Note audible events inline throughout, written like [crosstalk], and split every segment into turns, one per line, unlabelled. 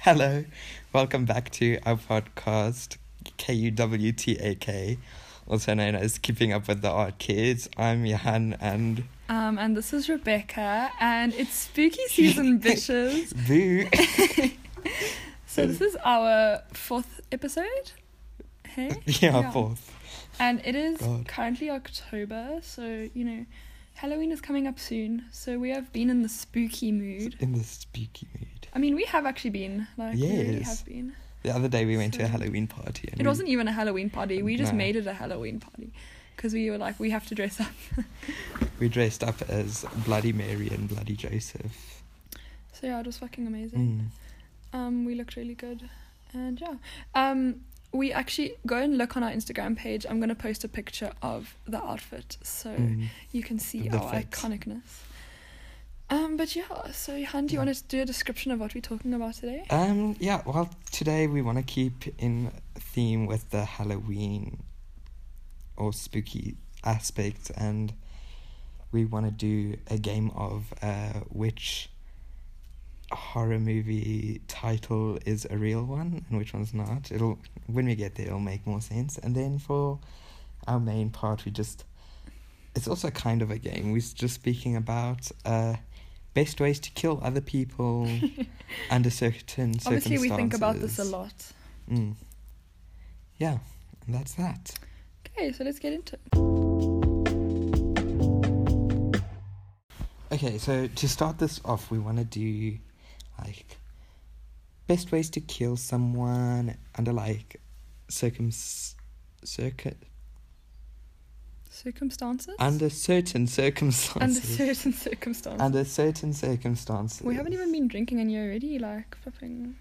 Hello, welcome back to our podcast, KUWTAK, also known as Keeping Up with the Art Kids. I'm Johan and
Um, and this is Rebecca, and it's
[laughs]
spooky season, bitches.
[coughs]
[coughs]
Boo.
So this is our fourth episode. Hey.
[laughs] yeah, fourth.
And it is
God.
currently October, so you know, Halloween is coming up soon. So we have been in the spooky mood.
In the spooky mood.
I mean, we have actually been like we really
Yes.
have been.
The other day we went to a
So-
Halloween party. And
It wasn't even a Halloween party. We just
No.
made it a Halloween party because we were like, we have to dress up.
We dressed up as Bloody Mary and Bloody Joseph.
So yeah, it was fucking amazing.
Mm.
Um, we looked really good, and yeah. Um, we actually go and look on our Instagram page. I'm gonna post a picture of the outfit so
Mm.
you can see
The
our
fit.
iconicness. Um, but yeah. So, Johan, do you
Yeah.
want to do a description of what we're talking about today?
Um, yeah, well, today we want to keep in theme with the Halloween or spooky aspect, and we want to do a game of uh, which horror movie title is a real one and which one's not. It'll when we get there, it'll make more sense. And then for our main part, we just it's also kind of a game. We're just speaking about uh, best ways to kill other
[laughs]
people under certain circumstances.
Obviously, we think about this a lot.
Mm. Yeah, and that's that.
Okay, so let's get into it.
Okay, so to start this off, we want to do like best ways to kill someone under like circum circuit
Circumstances
under certain
under
circumstances
certain circumstances.
under certain circumstances.
we haven't even been drinking, and you're already like flipping.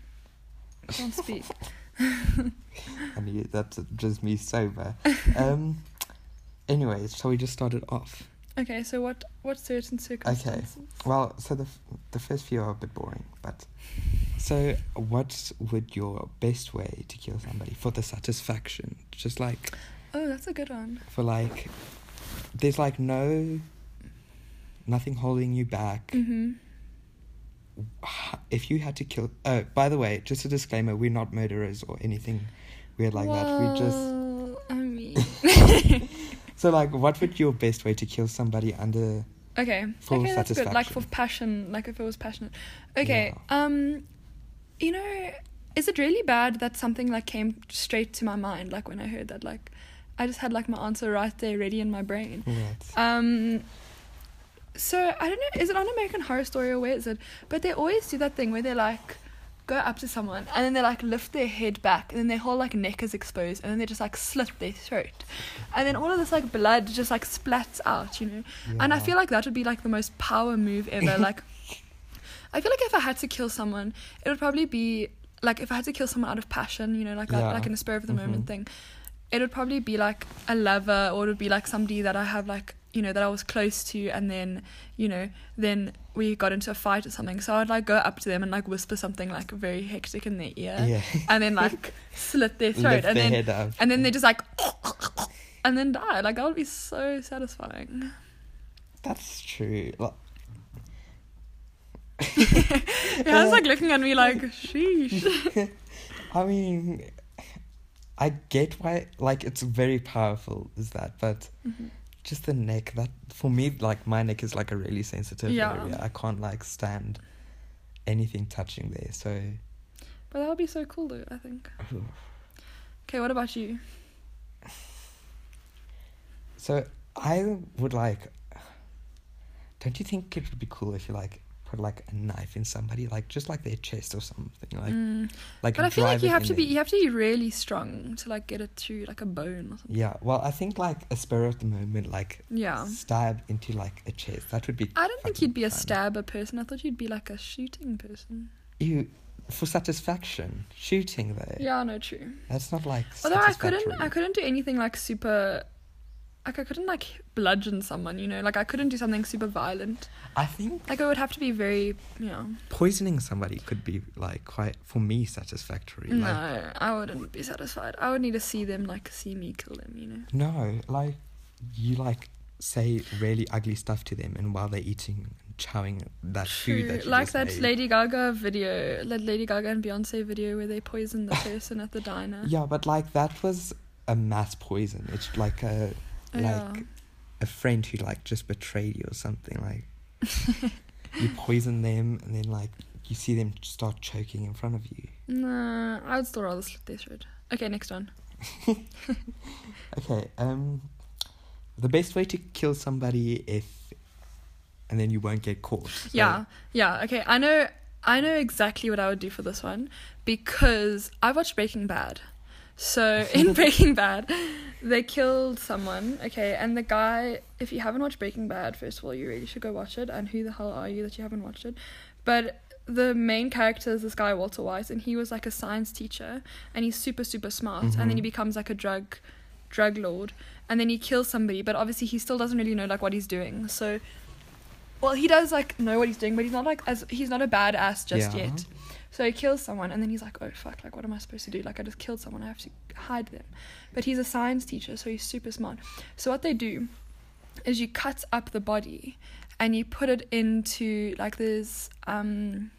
[laughs]
Can't speak.
And you, that's just me
[laughs]
sober. um. Anyways, shall we just start it off?
Okay, so what what certain circumstances?
Well, so the f- the first few are a bit boring, but so what would your best way to kill somebody for the satisfaction? Just like
Oh, that's a good one.
for like, there's like no nothing holding you back.
Mhm.
If you had to kill, oh, by the way, just a disclaimer: we're not murderers or anything weird like that. We just
Well, I mean,
[laughs]
[laughs]
so like, what would your best way to kill somebody under?
okay,
Full
okay, that's good. Like for
satisfaction.
passion, like if it was passionate. Okay, um, you know, is it really bad that something like came straight to my mind? Like when I heard that, like, I just had like my answer right there, ready in my brain.
What?
Um, so I don't know. Is it on American Horror Story or where is it? But they always do that thing where they like go up to someone and then they like lift their head back and then their whole like neck is exposed and then they just like slit their throat and then all of this like blood just like splats out, you know. And I
Yeah.
feel like that would be like the most power
[laughs]
move ever. like, I feel like if I had to kill someone, it would probably be like if I had to kill someone out of passion, you know, like that,
Yeah.
like in the spur of the
Mhm.
moment thing. It would probably be like a lover, or it would be like somebody that I have like you know that I was close to, and then you know then we got into a fight or something. So I'd like go up to them and like whisper something like very hectic in their ear,
yeah,
and
[laughs]
then like slit their throat,
lift
and
their
then
head up.
and then they're just like [laughs] and then die like that would be
[laughs]
so satisfying
That's true. Like,
yeah i was like looking at me like
[laughs]
sheesh
I mean, I get why, like, it's very powerful, is that, but
Mm-hmm.
just the neck, that, for me, like, my neck is like a really sensitive
Yeah.
area. I can't, like, stand anything touching there, so.
but that would be so cool though i
[laughs]
think okay what about you
So, I would like. Don't you think it would be cool if you, like, put, like, a knife in somebody, like, just like their chest or something? Like,
Mm.
like
but i feel like
drive
you
it
have
in
to be
there.
you have to be really strong to like get it through like a bone or something
Yeah, well, I think, like, a spur of the moment, like,
yeah
stab into, like, a chest. That would be.
i don't think you'd be a
fucking fun.
stabber person i thought you'd be like a shooting person
you for satisfaction shooting though
yeah no true
that's not like
although i couldn't i
satisfactory.
couldn't do anything like super like i couldn't like bludgeon someone you know like i couldn't do something super violent
I think
like it would have to be very you know
poisoning somebody could be like quite for me satisfactory like
No, I wouldn't be satisfied. I would need to see them, like, see me kill them, you know?
no like you like say really ugly stuff to them and while they're eating chowing that food that you
like
just
that
made.
Lady Gaga video, that Lady Gaga and Beyonce video where they poison the person at the diner.
Yeah, but like that was a mass poison. It's like a like
Oh, Yeah.
a friend who like just betrayed you or something
[laughs]
like you poison them and then like you see them start choking in front of you.
Nah, I'd still rather slit their throat. Okay, next one.
Okay, um the best way to kill somebody if and then you won't get caught. So,
Yeah, yeah. Okay, I know, I know exactly what I would do for this one because I watched Breaking Bad. So in Breaking Bad, they killed someone. Okay, and the guy. If you haven't watched Breaking Bad, first of all, you really should go watch it. And who the hell are you that you haven't watched it? But the main character is this guy Walter White, and he was like a science teacher, and he's super super smart. And then he
Mhm.
becomes like a drug drug lord and then he kills somebody but obviously he still doesn't really know like what he's doing so well he does like know what he's doing but he's not like as he's not a badass just
Yeah.
yet so he kills someone and then he's like oh fuck like what am i supposed to do like i just killed someone i have to hide them but he's a science teacher so he's super smart so what they do is you cut up the body and you put it into like this um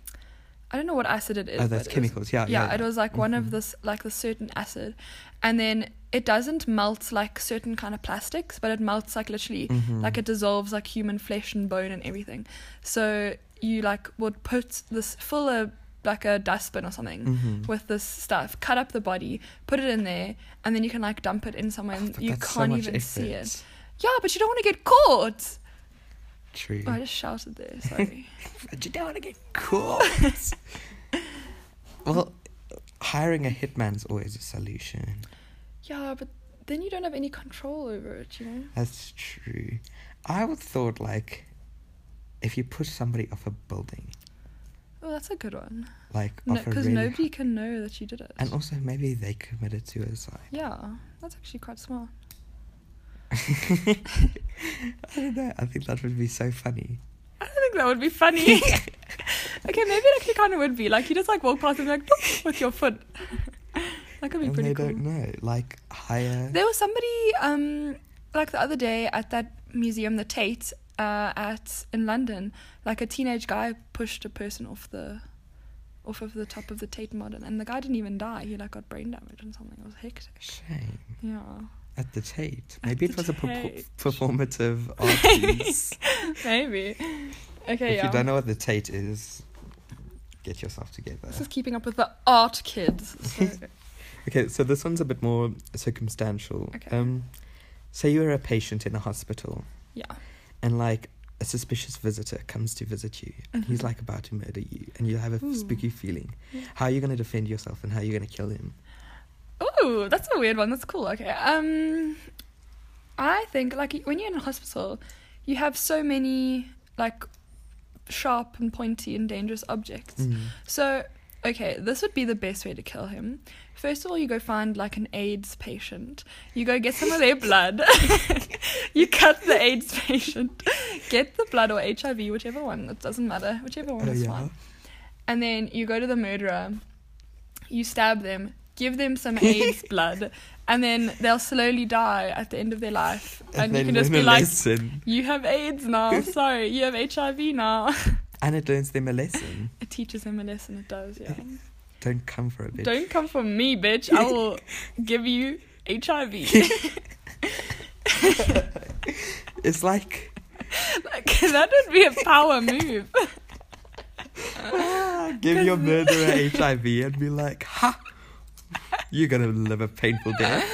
i don't know what acid it is
Oh,
but
that's
it was-
chemicals. Yeah, yeah.
yeah, it was like one
Mhm.
of this like the certain acid, and then it doesn't melt like certain kind of plastics, but it melts like literally
Mhm.
like it dissolves like human flesh and bone and everything. So you like would put this full of like a dustbin or something
Mhm.
with this stuff, cut up the body, put it in there, and then you can like dump it in somewhere and
Oh, But
you can't
that's so much
even see it.
effort.
Yeah, but you don't want to get caught.
True.
Oh, I just shouted
[laughs]
there. Sorry.
But you don't want to get caught. [laughs] well, hiring a hitman's always a solution.
yeah, but then you don't have any control over it. You know.
That's true. I would thought like if you push somebody off a building,
Oh, that's a good one.
like off a
because
really
nobody can know that you did it.
and also maybe they committed suicide. [laughs]
yeah, that's actually quite smart.
I don't know. I think that would be so [laughs] funny.
I don't think that would be funny. [laughs] okay, maybe it actually kind of would be. Like you just like walk past and be like "Boop," with your foot. [laughs] that could be
and
pretty
they
cool.
don't know. Like hire
There was somebody um like the other day at that museum, the Tate uh, at in London. Like a teenage guy pushed a person off the off of the top of the Tate modern, and the guy didn't even die. He like got brain damage and something. It was hectic.
shame [laughs]
Yeah.
at the Tate.
At
Maybe
the
it was a perpo-
Tate. [laughs]
performative art piece.
Maybe. Okay.
if
yeah.
you don't know what the Tate is, get yourself
[laughs]
together.
This is keeping up with the art kids.
[laughs]
So.
Okay, so this one's a bit more circumstantial.
Okay.
Um, say you're a patient in a hospital,
yeah.
and like a suspicious visitor comes to visit you, and he's
Mhm.
like about to murder you, and you have a
Ooh.
spooky feeling.
Yeah.
How are you going to defend yourself, and how are you going to kill him?
Oh, that's a weird one. That's cool. Okay. Um, I think like when you're in a hospital, you have so many like sharp and pointy and dangerous objects.
Mm.
So, okay, this would be the best way to kill him. First of all, you go find like an AIDS patient. You go get some of their blood. [laughs] you cut the AIDS patient. Get the blood or HIV, whichever one. It doesn't matter. Whichever one
Oh,
is
yeah.
fine. And then you go to the murderer. You stab them. Give them some
[laughs]
AIDS blood, and then they'll slowly die at the end of their life. And, you
they
can just
learn
be
a
like,
lesson.
"You have
[laughs]
AIDS now. Sorry, you have HIV now." [laughs]
And it learns them a lesson.
It teaches them a lesson. It does, yeah.
Don't come for a bitch.
Don't [laughs] come for me, bitch. I will give you
[laughs]
HIV.
[laughs] It's like,
like, [laughs] that would be a power
[laughs]
move. [laughs]
ah, give your murderer
[laughs]
HIV and be like, ha! You're going to live a painful death.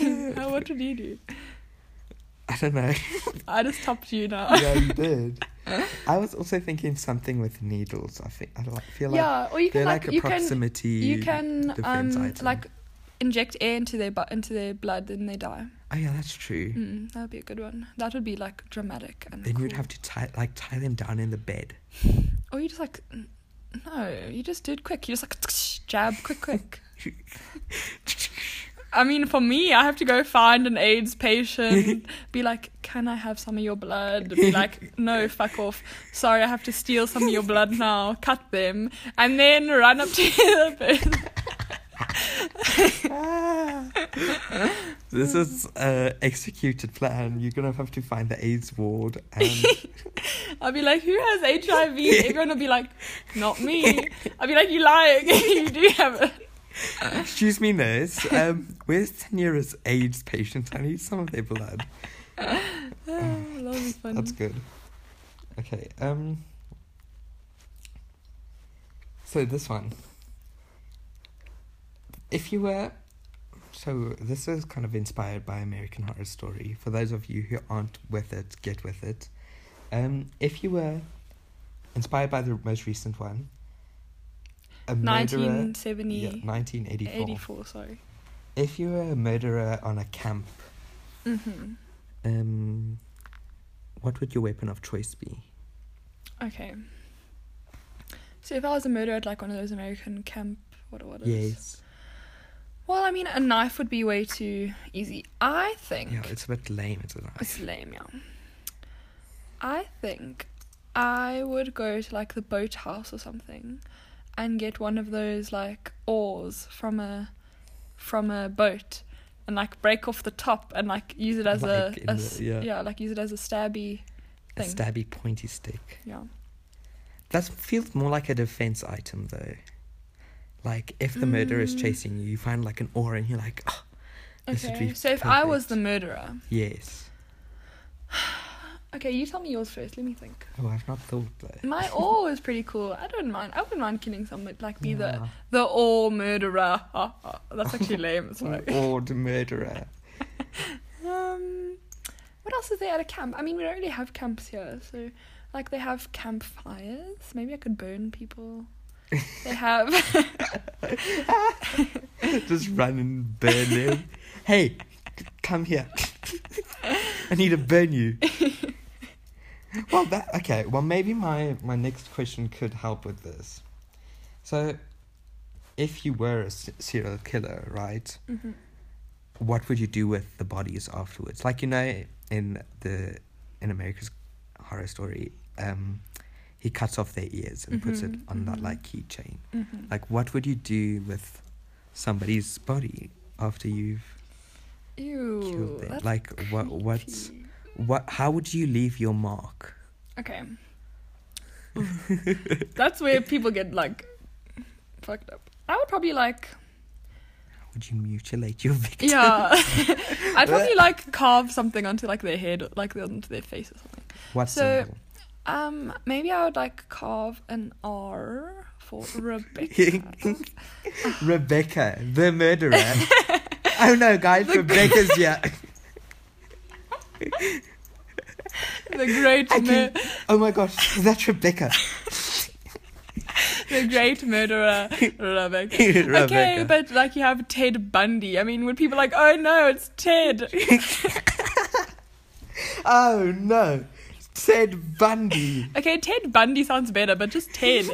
Now, what would you do?
I don't know. [laughs]
I just topped you now.
yeah, you did. I was also thinking something with needles. I think I like- feel like
[laughs] yeah, or you
they're
can
like,
like,
a
you can
proximity.
you can um
defense item.
like inject air into their bu- into their blood and they die.
oh yeah, that's true.
Mm, that would be a good one. That would be like dramatic and.
Then you'd
cool.
have to tie like tie them down in the bed.
Or you just like, n- no, you just do it quick. You just like [laughs] jab,
[laughs]
quick, quick. I mean, for me, I have to go find an
[laughs]
AIDS patient, be like, can I have some of your blood? Be like, no, fuck off. Sorry, I have to steal some of your blood now. Cut them. And then [laughs] run up to the person.
Ah. This
Mm.
is a executed plan. You're gonna have to find the AIDS
[laughs]
ward and
I'll be like, who has HIV?
[laughs]
Everyone will be like, not me. I'll be like, you lying. [laughs] you do
[sighs]
have it.
excuse me, nurse. Um, where's the nearest AIDS patient? I need some of their blood.
Oh, that'll be [sighs] fun.
That's good. Okay. Um. So this one. If you were, so this is kind of inspired by American Horror Story. For those of you who aren't with it, get with it. Um, if you were inspired by the most recent one, a murderer,
1970,
yeah, 1984.
84, sorry.
If you were a murderer on a camp,
hmm
um, what would your weapon of choice be?
Okay. So if I was a murderer at like one of those American camp, what what is?
Yes.
Well, I mean, a knife would be way too easy. I think.
Yeah, it's a bit lame, isn't it?
It's lame, yeah. I think I would go to like the boathouse or something and get one of those like oars from a from a boat and like break off the top and like use it as
Like in
a, a
the-
s-
yeah.
like use it as a stabby
A
thing.
stabby pointy stick.
yeah.
That feels more like a defense item, though. Like if the murderer is
Mm.
chasing you, you find like an oar, and you're like, oh, This would
Okay.
be
So if I was
perfect.
the murderer.
yes.
Okay, you tell me yours first. Let me think.
Oh, I've not thought though. [laughs]
My oar was pretty cool. I don't mind. I wouldn't mind killing someone. Like be the
Yeah.
the oar murderer. [laughs] Ha, ha. That's actually lame.
An
Sorry.
Oared murderer.
Um, what else is there at a camp? I mean, we don't really have camps here, so like they have campfires. Maybe I could burn people.
[laughs]
They have. [laughs]
Just run and burn them. hey, c- come here. I need to burn you. well, that okay. Well, maybe my my next question could help with this. So, if you were a s- serial killer, right?
Mhm.
What would you do with the bodies afterwards? Like you know, in the in America's Horror Story, um, he cuts off their ears and puts it
Mhm,
on that
mhm.
like keychain.
Mhm.
Like, what would you do with somebody's body after you've
Ew.
killed them?
that's
Like, what, what's,
creepy.
what, how would you leave your mark?
Okay.
[laughs]
that's where people get like fucked up. I would probably
[laughs]
like
How would you mutilate your [laughs] victim?
yeah. [laughs] I'd probably like carve something onto like their head, like onto their face or something.
What's
So-
the-
Um, maybe I would like carve an R
[laughs]
for Rebecca.
Rebecca, the murderer.
[laughs]
oh no, guys, Rebecca's yeah.
the great
I
mur-
can, [laughs] oh my gosh, that's Rebecca.
the great
[laughs]
murderer Rebecca. Okay,
Rebecca.
but like you have Ted Bundy. I mean, would people like, oh no, it's Ted? [laughs]
Oh no, Ted Bundy.
okay, Ted Bundy sounds better, but just
[laughs]
Ted.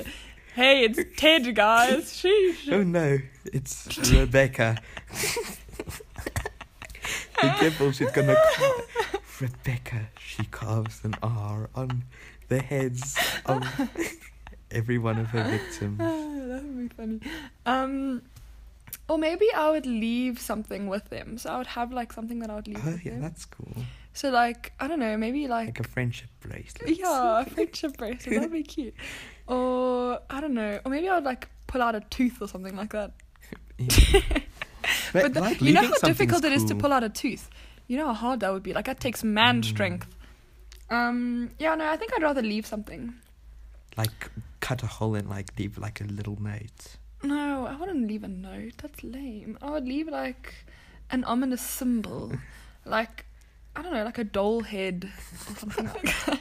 hey, it's Ted, guys. Sheesh.
Oh no, it's Rebecca.
[laughs]
Be careful, she's gonna. Car- Rebecca, she carves an R on the heads of every one of her
[laughs]
victims.
Ah, that would be funny. Um, or maybe I would leave something with them. So I would have like something that I would leave
Oh
with
yeah,
them.
that's cool.
So like I don't know, maybe
Like a friendship bracelet.
Yeah, a friendship bracelet. That'd be cute. Or I don't know. Or maybe I would like pull out a tooth or something like that.
Yeah.
But, the- you know
leaving
how
something's
difficult it is to
cool.
pull out a tooth. You know how hard that would be. Like that takes man
Mm.
strength. Um. Yeah. No. I think I'd rather leave something.
Like cut a hole and like leave like a little note.
No, I wouldn't leave a note. That's lame. I would leave like an ominous symbol, like I don't know, like a doll head or something like
[laughs]
that.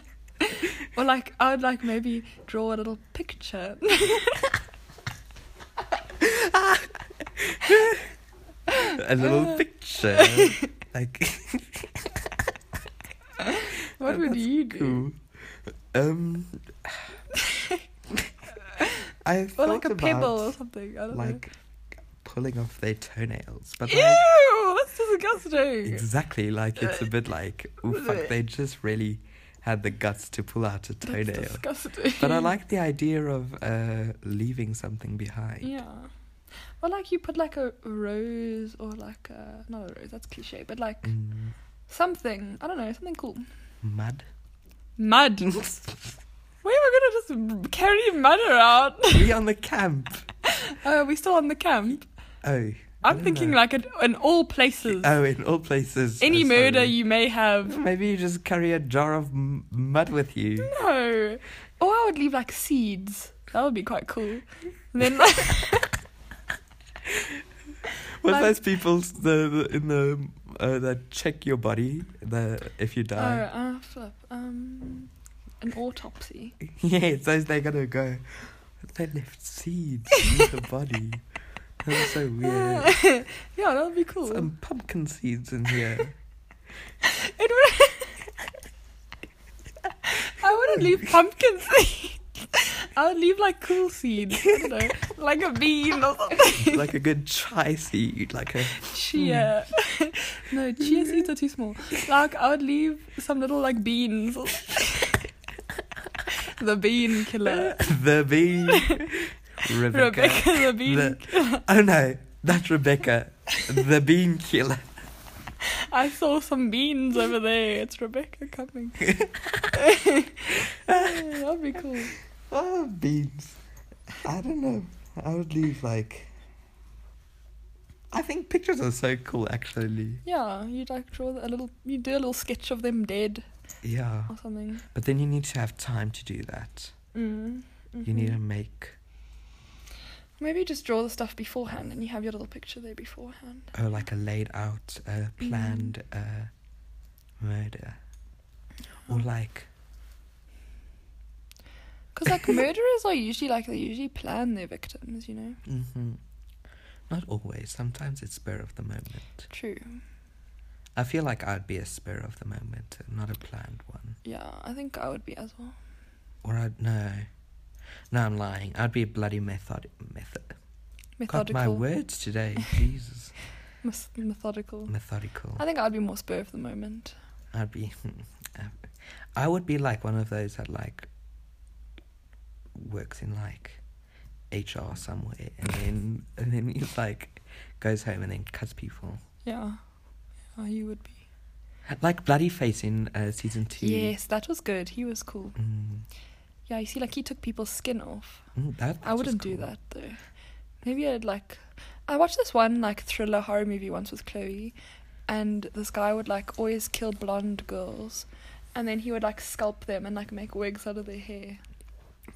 Or like I would like maybe draw a little picture. [laughs]
A little
[laughs]
picture. like
What would you
cool.
do?
Um, I
[laughs] Or
thought
like a
about
pebble or something. I don't
like pulling off their toenails, but
know.
like,
Ew, that's disgusting.
exactly like it's a bit
[laughs]
like oh fuck, they just really had the guts to pull out a
That's
toenail.
disgusting.
But I like the idea of uh, leaving something behind.
Yeah. Well, like you put like a rose or like a not a rose. That's cliche, but like
Mm,
something. I don't know, something cool.
mud. [laughs]
Mud. [laughs] we were gonna just carry mud
[laughs]
around.
we on the camp.
Uh, we still on the camp.
Oh. I
I'm
don't
thinking
know.
like an, in all places.
Oh, in all places.
Any
I'm
murder
sorry.
you may have. [laughs]
Maybe you just carry a jar of m- mud with you.
No. Or I would leave like seeds. That would be quite cool. And then like
What's
Mud.
those people s- the, the in the uh, that check your body the if you
oh,
die?
uh, flip. Um, an autopsy.
[laughs] Yeah, it's those they're gonna go. They left seeds in the body. That's so weird.
[laughs] yeah, that would be cool.
Some pumpkin seeds in here.
[laughs] It would- [laughs] I wouldn't leave pumpkin seeds. [laughs] I would leave like cool seeds, I don't know, like a bean or something.
like a good chai seed, like a
chia. [laughs] no, chia seeds are too small. Like I would leave some little like beans. [laughs] or- the bean killer.
the bee. Rebecca.
Rebecca the bean.
The, oh no, that's Rebecca, the bean killer. [laughs]
I saw some beans over there. It's Rebecca coming. That'd be cool.
Oh, beans. I don't know. I would leave like. I think pictures are so cool, actually.
Yeah, you'd like draw a little. You do a little sketch of them dead
Yeah,
or something.
but then you need to have time to do that.
Mm.
You need
mhm.
to make.
Maybe just draw the stuff beforehand, and you have your little picture there beforehand.
Oh, like a laid out, uh, planned uh, murder. Or like.
Because
[laughs]
like murderers are usually like they usually plan their victims, you know.
hmm Not always. Sometimes it's spur of the moment.
True.
I feel like I'd be a spur of the moment, not a planned one.
Yeah, I think I would be as well.
Or I'd. No. No, I'm lying. I'd be a bloody method. method. God,
Methodical.
my words
[laughs]
today. Jesus.
mes- methodical.
Methodical.
I think I'd be more spur of the moment.
I'd be. [laughs] I would be like one of those that like works in like HR somewhere, and then and then he's like goes home and then cuts people.
Yeah. Yeah, you would be.
Like bloody face in uh, season two.
Yes, that was good. He was cool.
Mm,
Yeah, you see, like he took people's skin off.
mm, that,
I wouldn't do that though. Maybe I'd like. I watched this one like thriller horror movie once with Chloe, and this guy would like always kill blonde girls, and then he would like scalp them and like make wigs out of their hair.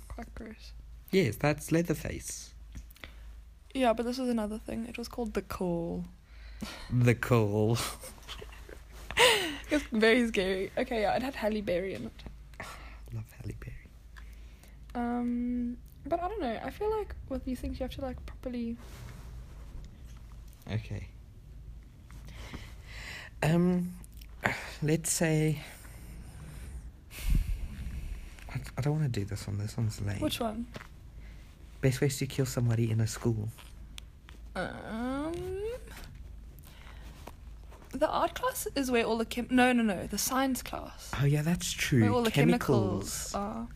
Quite gross.
Yes, that's Leatherface.
Yeah, but this was another thing. It was called The Call.
The call. [laughs]
It was very scary. Okay, yeah, it had Halle Berry in it.
Love Halle Berry.
Um, but I don't know. I feel like with these things you have to like properly.
Okay. Um, let's say. I, I don't want to do this one. This one's lame.
Which one?
Best ways to kill somebody in a school.
Um, the art class is where all the chem. No, no, no. The science class.
Oh yeah, that's true.
Where all the
Chemicals.
chemicals are.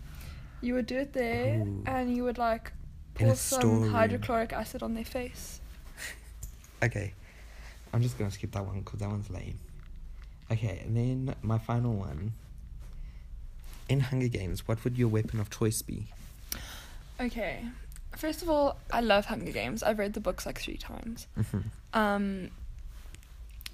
You would do it there,
Ooh.
and you would like
In a
pour some
storeroom.
hydrochloric acid on their face.
Okay, I'm just gonna skip that one because that one's lame. Okay, and then my final one. In Hunger Games, what would your weapon of choice be?
Okay. First of all, I love Hunger Games. I've read the books like three times.
Mhm.
Um,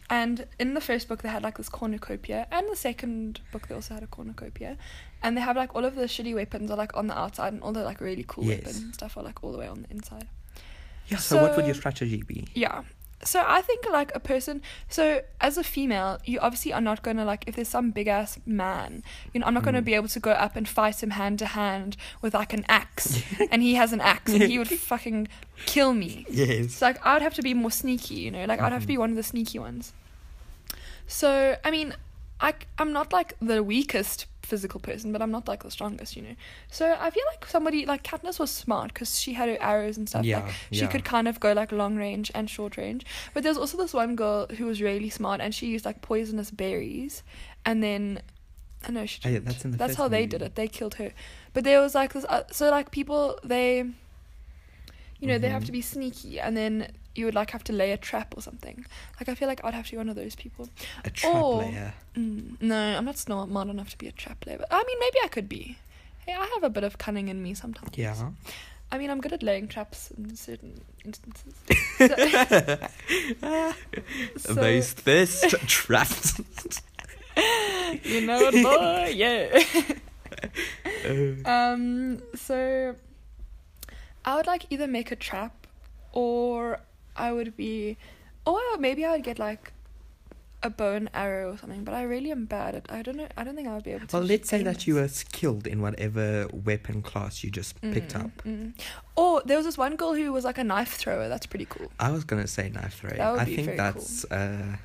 and in the first book, they had like this cornucopia, and the second book, they also had a cornucopia. And they have like all of the shitty weapons are like on the outside, and all the like really cool
Yes.
weapons and stuff are like all the way on the inside.
Yeah. So, what would your
So-
strategy be?
Yeah. So I think like a person so as a female, you obviously are not gonna like if there's some big ass man, you know, I'm not gonna
Mm.
be able to go up and fight him hand to hand with like an
[laughs]
axe [laughs] and he has an axe and he would fucking kill me.
Yes.
So like I would have to be more sneaky, you know, like I'd have to
Mhm.
be one of the sneaky ones. So I mean, I am not like the weakest physical person, but I'm not like the strongest, you know. So I feel like somebody like Katniss was smart because she had her arrows and stuff.
Yeah,
like, she
yeah.
could kind of go like long range and short range. But there's also this one girl who was really smart and she used like poisonous berries, and then. I know she
Oh, yeah,
didn't.
that's in the first
how they
movie.
did it. They killed her. But there was like this. Uh, so like people they. You you know, they have
Mhm.
to be sneaky and then you would like have to lay a trap or something. Like I feel like I'd have to be one of those people.
A trap
Or-
layer.
Mm, no, I'm not smart enough to be a trap layer. But I mean, maybe I could be. Hey, I have a bit of cunning in me sometimes.
Yeah.
I mean, I'm good at laying traps in certain instances. So, so-
Those [laughs] thirst traps.
you know it, boy. Yeah. [laughs] um. So, I would like either make a trap, or I would be, or maybe I would get like a bow and arrow or something. But I really am bad at. I don't know. I don't think I would be able to.
Well, let's say
aim
that
it.
you were skilled in whatever weapon class you just picked
Mm,
up.
mm. Or there was this one girl who was like a knife thrower. That's pretty cool.
I was gonna say knife throwing.
That would
I
be
think
very cool.
that's uh,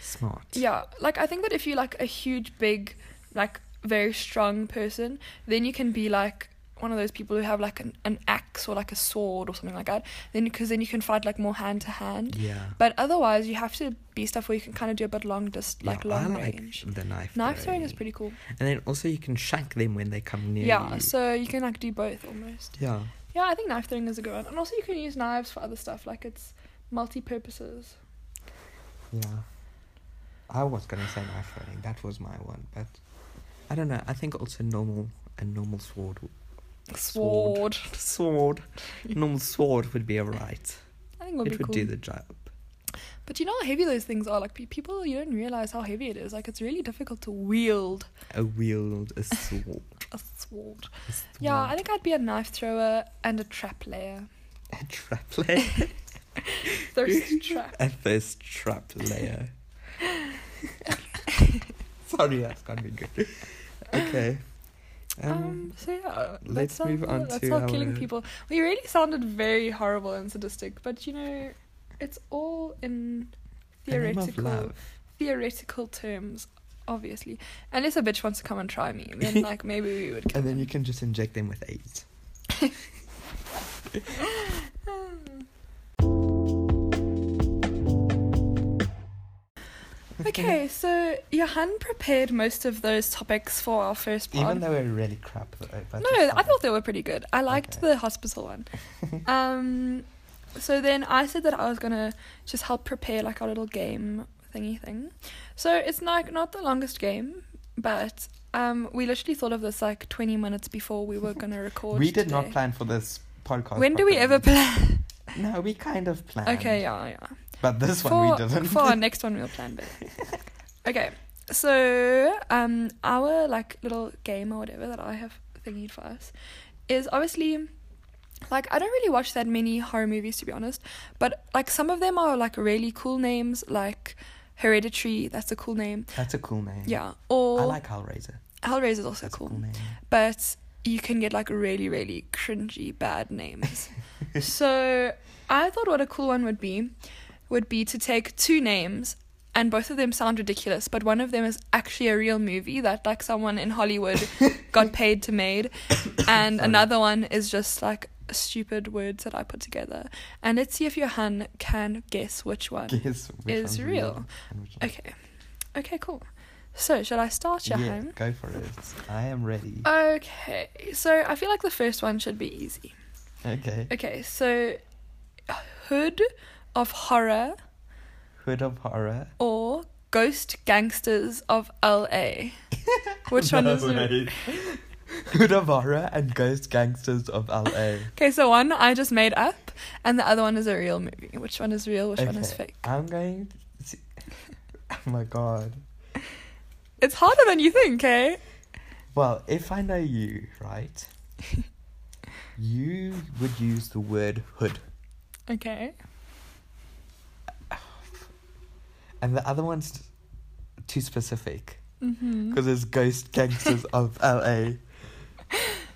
smart.
Yeah, like I think that if you like a huge, big, like very strong person, then you can be like one of those people who have like an, an axe or like a sword or something like that. Then because then you can fight like more hand to hand.
Yeah.
But otherwise, you have to be stuff where you can kind of do a bit long, just like
yeah,
long
I like
range.
the knife.
Knife throwing is pretty cool.
And then also you can shank them when they come near
Yeah,
you.
so you can like do both almost.
yeah.
Yeah, I think knife throwing is a good one, and also you can use knives for other stuff. Like it's multi purposes.
Yeah. I was gonna say knife throwing. That was my one, but I don't know. I think also normal a normal sword. w-
Sword.
Sword. normal sword would be alright.
I think it would
it
be
would
cool.
do the job.
But you know how heavy those things are. Like pe- people, you don't realize how heavy it is. Like it's really difficult to wield
A wield, a sword.
a sword.
a sword.
[laughs] Yeah, I think I'd be a knife thrower and a trap layer. [laughs]
a trap layer. [laughs]
Thirst trap.
a thirst trap
[laughs]
layer. Sorry, that's gonna be good. Okay. Um,
Um, so yeah, that's
let's
our-
move on
that's
to
our killing
our-
people. We really sounded very horrible and sadistic, but you know, it's all in
the name of
theoretical
love.
theoretical terms, obviously. Unless a bitch wants to come and try me,
[laughs]
then like maybe we would.
And then you can just inject them with AIDS. Hmm.
Okay, so Johan prepared most of those topics for our first pod.
Even though we're really crap. though, But
no, I thought they were pretty good. I liked
Okay.
the
[laughs]
hospital one. um, so then I said that I was gonna just help prepare like our little game thingy thing. So it's like not the longest game, but um, we literally thought of this like 20 minutes before we
[laughs]
were gonna record.
we did not
today.
plan for this podcast.
When do we ever
properly.
plan?
No, we kind of planned.
okay, yeah, yeah.
But this
for,
one we didn't. [laughs]
for our next one, we'll plan better. okay, so um, our like little game or whatever that I have thingied for us is obviously like I don't really watch that many horror movies to be honest, but like some of them are like really cool names like Hereditary. That's a cool name.
That's a cool name.
Yeah,
Mm. I
or
like Hellraiser.
Hellraiser is also
That's
cool,
a cool name.
but you can get like really really cringy bad names. so I thought what a cool one would be would be to take two names and both of them sound ridiculous, but one of them is actually a real movie that like someone in Hollywood got paid to made and another one is just like stupid words that I put together. And let's see if Johan can guess
[laughs]
which one.
Guess which
Is
one's
real.
and which one's-
Okay. Okay, cool. So shall I start Johan?
Yeah, go for it. I am ready.
Uh, Okay, so I feel like the first one should be easy.
Okay.
Okay, so Hood of Horror
Hood of Horror.
or Ghost Gangsters of
[laughs]
LA? Which one is it?
it? [laughs] Hood of Horror and Ghost Gangsters of LA.
Okay, so one I just made up, and the other one is a real movie. Which one is real? Which one is
Okay,
fake?
I'm going to see- [laughs] Oh my god.
It's harder than you think, eh?
Well, if I know you,
[laughs]
right? you would use the word hood.
Okay.
And the other one's too specific.
Mm-hmm.
Because it's Ghost
[laughs]
Gangsters of LA.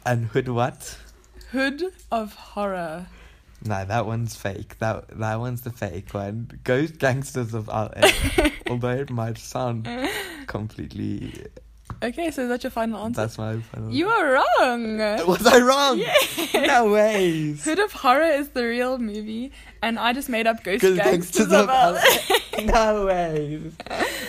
And hood what?
Hood of Horror.
No, that one's fake. That that one's the fake one. Ghost Gangsters of LA.
[laughs]
Although it might sound completely.
Okay, so is that your final answer?
That's my final.
You are
[laughs]
wrong.
Was I wrong?
Yeah.
No ways.
Hood of Horror is the real movie, and I just made up Ghost
Ghost
Gangsters,
Gangsters
of
of
LA.
no way.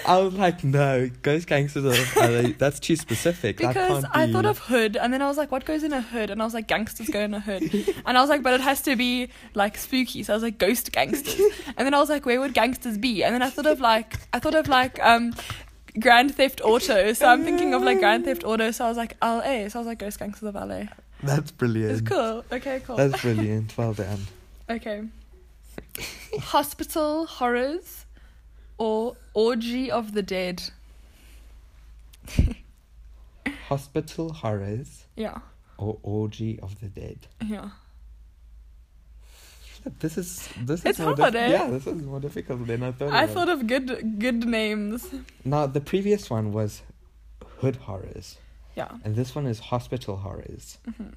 I was like, no, ghost gangsters are Halloween. That's too specific. That
Because
can't
I
be-
thought of hood, and then I was like, what goes in a hood? And I was like, gangsters go in
[laughs]
a hood. and I was like, but it has to be like spooky. So I was like, ghost gangsters. and then I was like, where would gangsters be? And then I thought of like, I thought of like, um, Grand Theft Auto. So I'm thinking of like Grand Theft Auto. So I was like, LA. So I was like, ghost gangsters of LA.
That's brilliant.
It's cool. Okay, cool.
That's brilliant. Well done.
okay. Hospital horrors or orgy of the dead.
Hospital horrors
Yeah.
or orgy of the dead.
Yeah.
This is this
It's
is more
hard, eh?
Yeah, this is more difficult than I thought. it
I
was.
thought of good good names.
Now the previous one was hood horrors,
Yeah.
and this one is hospital horrors.
Mm.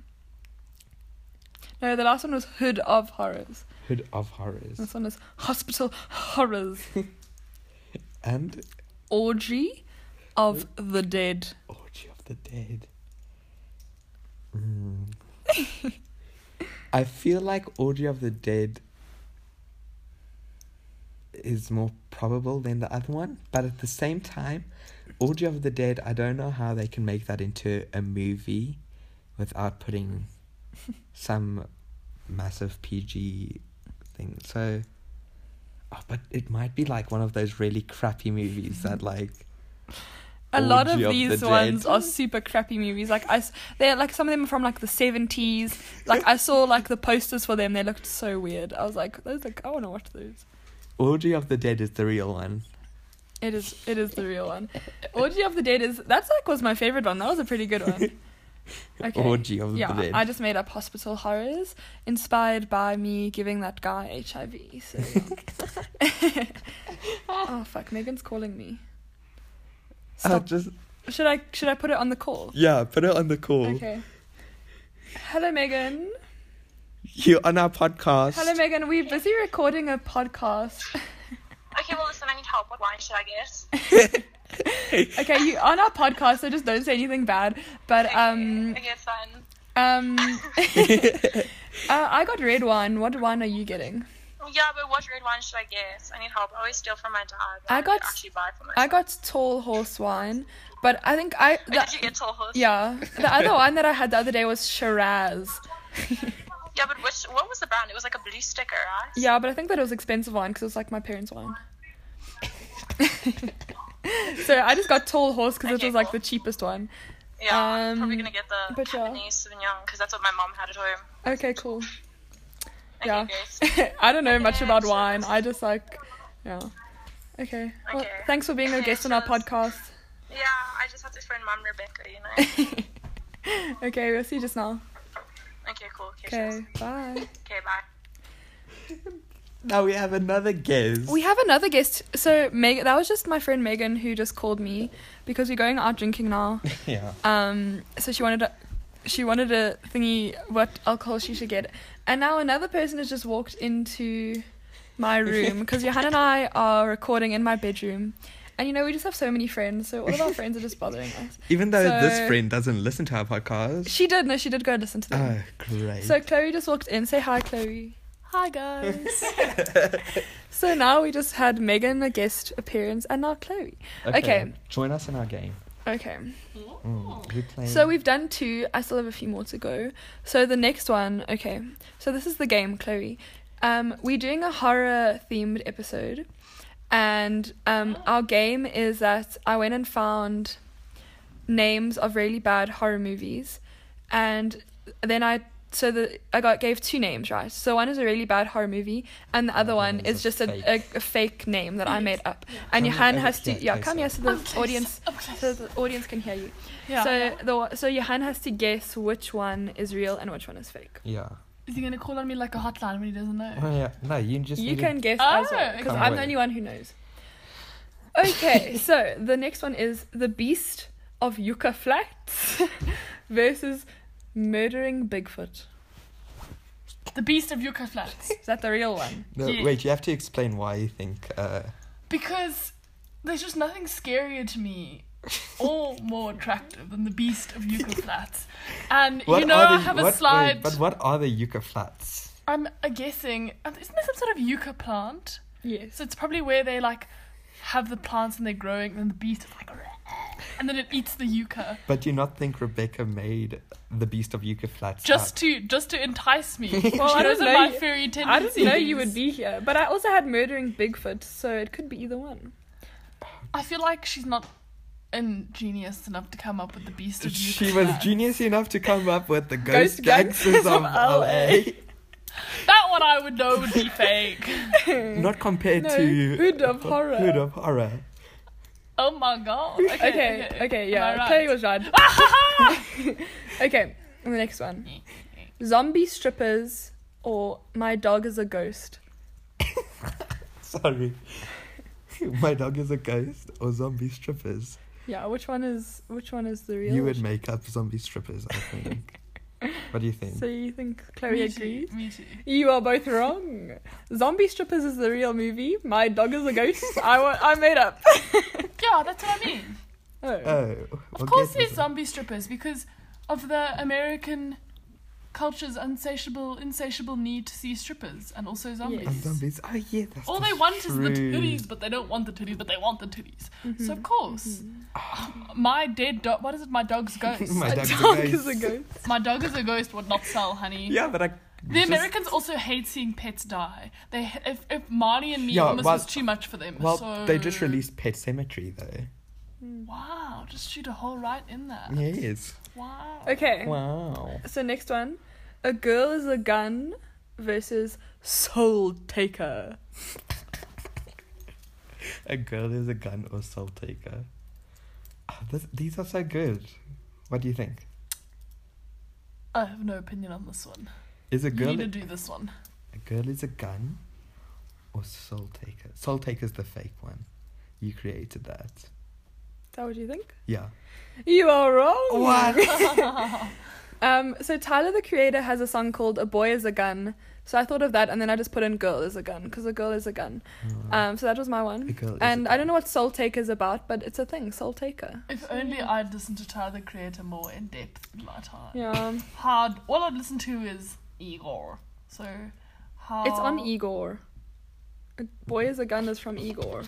No, the last one was Hood of Horrors.
Hood of horrors
This one is Hospital Horrors.
and
Orgy of the Dead.
orgy of the dead. Mm. I feel like orgy of the dead is more probable than the other one, but at the same time, orgy of the dead. I don't know how they can make that into a movie without putting some massive PG thing. So, oh, but it might be like one of those really crappy movies that like.
A lot of
Orgy of
these
the
ones
Dead.
are super crappy movies. Like I, s- they're like some of them are from like the seventies. Like I saw like the posters for them. They looked so weird. I was like, those like I want to watch those.
Orgy of the Dead is the real one.
It is it is the real one. Orgy of the Dead is that's like was my favorite one. That was a pretty good
[laughs]
one. Okay.
Orgy of
yeah,
the Dead.
I just made up hospital horrors inspired by me giving that guy HIV. So yeah. [laughs]
[laughs]
oh fuck, Megan's calling me.
I
Uh,
Stop.
just
should I should I put it on the call?
yeah, put it on the call.
Okay. Hello Megan.
You're on our podcast.
Hello Megan. We're busy recording a podcast. [laughs]
Okay, well, listen, I need help. What wine should I get?
Okay, you on our podcast, so just don't say anything bad. [laughs] But um
Okay, it's fine.
um uh, I got red wine. What wine are you getting?
Yeah, but what red wine should I get? I need help. I always steal from my dad.
I got-
actually buy for myself.
I got tall horse wine, but I think I
Where
that-
did you get tall horse?
Yeah. The other [laughs] one that I had the other day was Shiraz.
Yeah, but which? What was the brand? It was like a blue sticker, right?
Yeah, but I think that it was expensive wine because it was like my parents' wine. [laughs] so I just got Tall Horse because it
Okay,
was like
cool.
the cheapest one.
Yeah, I'm probably
Um,
gonna get the
but yeah.
Cabernet Sauvignon because that's what my mom had at home.
Okay, cool. [laughs]
Okay,
Yeah. [laughs]
great.
I don't know much
Okay,
about
so-
wine. I just like, yeah. Okay. Well,
Okay.
thanks for being a
Okay,
guest on our
so-
podcast. [laughs]
Yeah, I just have to phone mom Rebecca, you know.
okay, we'll see you just now.
okay, cool. Okay, cheers.
Okay, bye.
okay bye.
[laughs] Now we have another guest.
We have another guest. So Meg, that was just my friend Megan who just called me because we're going out drinking now.
[laughs] yeah.
Um, so she wanted a, she wanted a thingy what alcohol she should get, and now another person has just walked into my room because Johan and I are recording in my bedroom, and you know we just have so many friends, so all of our friends are just bothering
[laughs]
us.
Even though this
so-
friend doesn't listen to our podcast.
She did no, she did go listen to them.
Oh, great. [laughs]
so Chloe just walked in. Say hi, Chloe. Hi guys. [laughs] so now we just had Megan a guest appearance, and now Chloe. okay.
Join us in our game.
Okay.
Mm, we play.
So we've done two. I still have a few more to go. So the next one, okay. So this is the game, Chloe. Um, we're doing a horror themed episode, and um, our game is that I went and found names of really bad horror movies, and then I so the I got gave two names right. So one is a really bad horror movie, and the other one is just a, a, a fake name that I made up. And
Come
Johan
over
has to
here,
yeah come here
closer.
so the
Oh,
audience so the audience can hear you. So the wa- so Johan has to guess which one is real and which one is fake.
Yeah.
Is he gonna call on me like a hotline when he doesn't know?
Oh, yeah. No, you just.
you
need to-
can guess
Oh,
as well because
okay.
I'm the only one who knows. [laughs] Okay, so the next one is the Beast of Yucca Flats [laughs] versus murdering Bigfoot.
The Beast of Yucca
[laughs]
Flats.
Is that the real one?
No,
Yeah.
wait. You have to explain why you think. Uh,
because there's just nothing scarier to me or more attractive than the Beast of
[laughs]
Yucca Flats. And
what
you know
are
I
the-
have
what-
a
wait,
slide.
but what are the yucca flats?
um, I'm uh, guessing. uh, Isn't there some sort of yucca plant?
Yes.
So it's probably where they like have the plants and they're growing, and then the beast is like, and then it eats the yucca
But do you not think Rebecca made the Beast of Yucca Flats
just
up?
to just to entice
[laughs]
me.
Well, I
She
don't
knows
know
my
you-
fairy
[laughs]
tendencies.
I didn't know you would be here, but I also had murdering Bigfoot, so it could be either one.
I feel like she's not ingenious enough to come up with the beast of yucca.
She was
Flats.
genius enough to come up with the Ghost,
Ghost
Gangsters
Gangsters
of
of
LA.
That one I would know would be fake. [laughs]
Hmm.
Not compared
No,
to
Hood of Horror.
Hood of Horror. [laughs]
Oh my god. Okay,
Okay, okay,
Am
yeah.
I
Chloe
right?
was right. [laughs] okay, and the next one. Zombie strippers or my dog is a ghost.
Sorry. My dog is a ghost or zombie strippers.
Yeah, which one is which one is the real?
You would make up zombie strippers, I
[laughs]
think. what do you think?
So you think Chloe
Me
agrees?
too, me too.
You are both wrong. Zombie strippers is the real movie. My dog is a ghost.
[laughs]
I wa- I made up.
Yeah, that's what I mean.
oh.
oh.
Of
we'll
course
get this
there's
one.
zombie strippers because of the American culture's insatiable insatiable need to see strippers and also zombies.
And zombies. Oh, yeah. That's
All
the
they want
true.
is the titties, but they don't want the titties, but they want the titties.
Mm-hmm.
So of course, my dead dog. What is it?
[laughs]
My dog's ghost.
My
my,
dog's a
Dog is a
ghost.
ghost.
dog is a ghost. Would not sell, honey.
Yeah, but I.
The Americans also hate seeing pets die. They if if Marnie and me
Yeah,
almost
well-
was too much for them.
Well,
so...
they just released Pet Cemetery, though.
Wow, just shoot a hole right in there.
Yes.
Wow.
Okay.
Wow.
So next one, a girl is a gun versus soul taker.
A girl is a gun or soul taker. Ah, this, these are so good. What do you think?
I have no opinion on this one.
Is a
You
girl
need to do this one.
a girl is a gun or soul taker? Soul taker's the fake one. You created that.
Is that what you think?
Yeah.
You are wrong.
yeah,
[laughs] Um. So Tyler the Creator has a song called "A Boy Is a Gun." So I thought of that, and then I just put in "Girl is a gun" because a girl is a gun. Um. So that was my
A
one.
girl is a
And I
gun.
don't know what soul taker is about, but it's a thing. Soul taker.
if only I'd listened to Tyler the Creator more in depth in my time.
Yeah.
Hard. All I'd listen to is Igor. So, how.
It's on E- Igor. A boy is a gun is from Igor.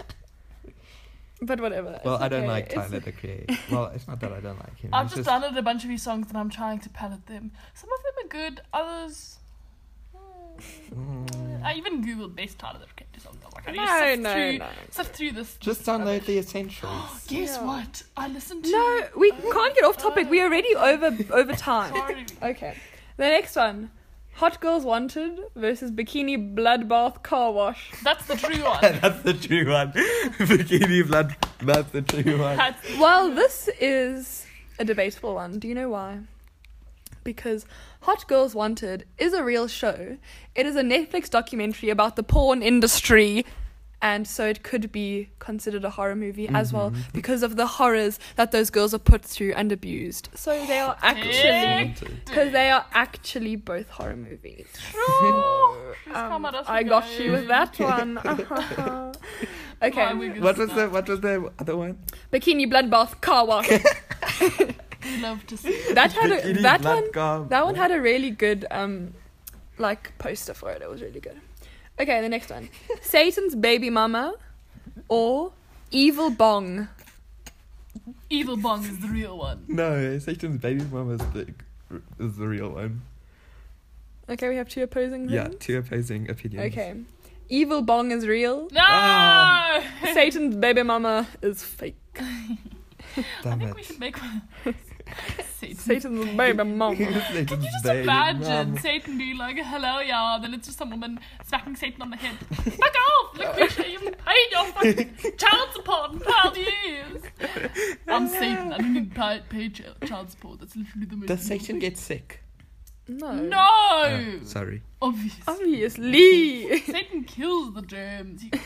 But whatever. it's
Well, I don't
okay.
like
It's-
Tyler the Creator. Well, it's not that I don't like him.
I've
it's
just downloaded a bunch of his songs and I'm trying to palette them. Some of them are good, others.
Mm.
I even googled best Tyler the Creator songs. I'm like, I need to
No,
sift
no,
through,
no.
sift through this.
Just
this rubbish.
download
[laughs]
the
[gasps]
essentials.
Guess
Yeah.
what? I listened to.
No, we
Oh
can't get off topic. We're already over over time.
Sorry.
okay. The next one. Hot Girls Wanted versus Bikini Bloodbath Car Wash.
[laughs] That's
[laughs]
the true one.
that's the true one. [laughs] Bikini blood. That's the
[laughs]
true one.
That's
Well, this is a debatable one. Do you know why? Because Hot Girls Wanted is a real show. It is a Netflix documentary about the porn industry. And so it could be considered a horror movie as well because of the horrors that those girls are put through and abused. So they are actually.
Wanted.
Because they are actually both horror movies.
true. She's
Um,
come at us
I
with
got
those.
you with that
[laughs]
one. [laughs]
My
okay.
wig
What
is
was the
that.
What was the other one?
Bikini Bloodbath
[laughs]
Car Wash.
We love to see. it.
That had a,
Bikini
that
blood
one
car
that one
wash.
had a really good um like poster for it. It was really good. Okay, the next
[laughs]
one. Satan's baby mama or evil bong.
Evil Bong is the
[laughs]
real
Um,
one.
No, Satan's baby mom is the is the real one.
Okay, we have two opposing
Yeah,
things.
two opposing opinions.
Okay. Evil bong is
[laughs]
real.
[laughs]
No.
Ah.
Satan's baby mama is fake.
[laughs] I
Damn
think we
it. [laughs]
should make one. [laughs] Satan.
Satan's baby
[laughs]
mama.
Satan's
Just
baby
imagine
mama.
Satan being like, "Hello, y'all." Then it's just some woman smacking Satan on the head. Fuck off!
[laughs]
Look, we should even paid your fucking child support in twelve years. I'm Satan. I don't need to pay, pay ch- child support. That's literally the most.
Does Satan get sick?
No.
No.
Oh, sorry. Oh,
Obviously.
Obviously.
Satan kills the germs. He- [laughs]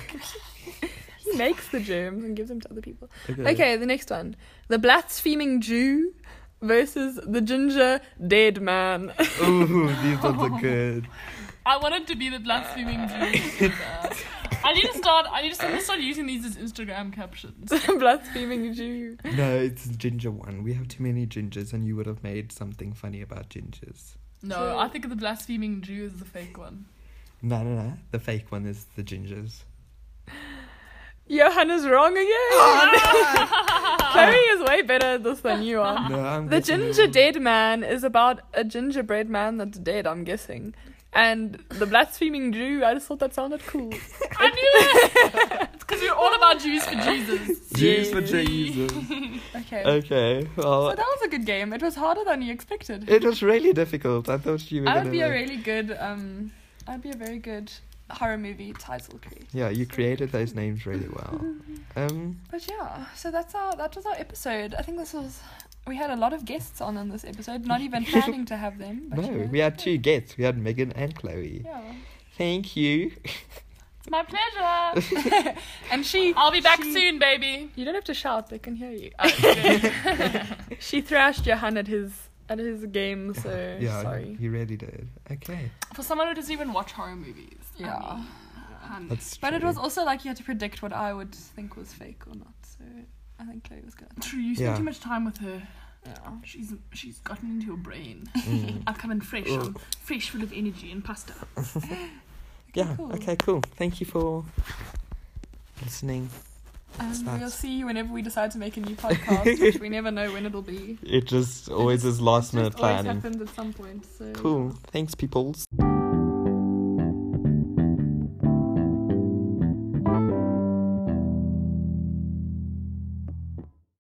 He makes the germs and gives them to other people.
Okay.
Okay, the next one. The blaspheming Jew versus the ginger dead man.
[laughs]
[laughs]
Ooh, these ones are good.
I wanted to be the
[laughs]
blaspheming Jew. I need to start. I need to start, start using these as Instagram captions.
blaspheming Jew.
No, it's the ginger one. We have too many gingers, and you would have made something funny about gingers.
No, I think the blaspheming Jew is the fake one.
No, no, no. The fake one is the gingers.
Johanna's wrong again. [laughs] Chloe is way better at this than you
Ah,
are.
Ah! No, I'm
The
getting it
ginger
wrong.
dead man is about a gingerbread man that's dead, I'm guessing. And the blaspheming Jew, I just thought that sounded cool.
[laughs] I knew
[laughs]
it. it's because we're all about Jews for Jesus.
Jews for
Yeah.
Jesus.
[laughs]
Uh,
Okay.
Okay, well,
so that was a good game. It was harder than you expected.
it was really difficult. I thought you were
I
gonna.
would be a
like-
really good, um, I'd be a very good horror movie title creator.
Yeah, you created those names really
[laughs]
well. Um,
But yeah, so that's our that was our episode. I think this was we had a lot of guests on in this episode. Not even planning to have them.
[laughs]
But
no,
you know,
we had two guests. We had Megan and Chloe.
Yeah.
Thank you.
It's my pleasure.
[laughs] And she.
I'll be back
she-
soon, baby. [laughs] Uh,
You don't have to shout; they can hear you.
Okay.
She thrashed Johan at his at his game, so
[laughs] yeah,
sorry.
you really did. Okay,
for someone who doesn't even watch horror movies. I
Yeah.
mean, um,
that's.
But it
true.
was also like you had to predict what I would think was fake or not. So I think Chloe was good. at that.
True, you spent
Yeah.
too much time with her.
Yeah.
She's she's gotten into your brain.
[laughs]
[laughs]
Mm.
I've come in fresh,
Oh.
I'm fresh, full of energy and pasta.
Yeah.
cool.
Okay. Cool. Thank you for listening.
Um,
That's-
we'll see you whenever we decide to make a new podcast, which
[laughs]
we never know when it'll be.
It just
always
is last
Just always happens at some point. So
Cool. Thanks, peoples.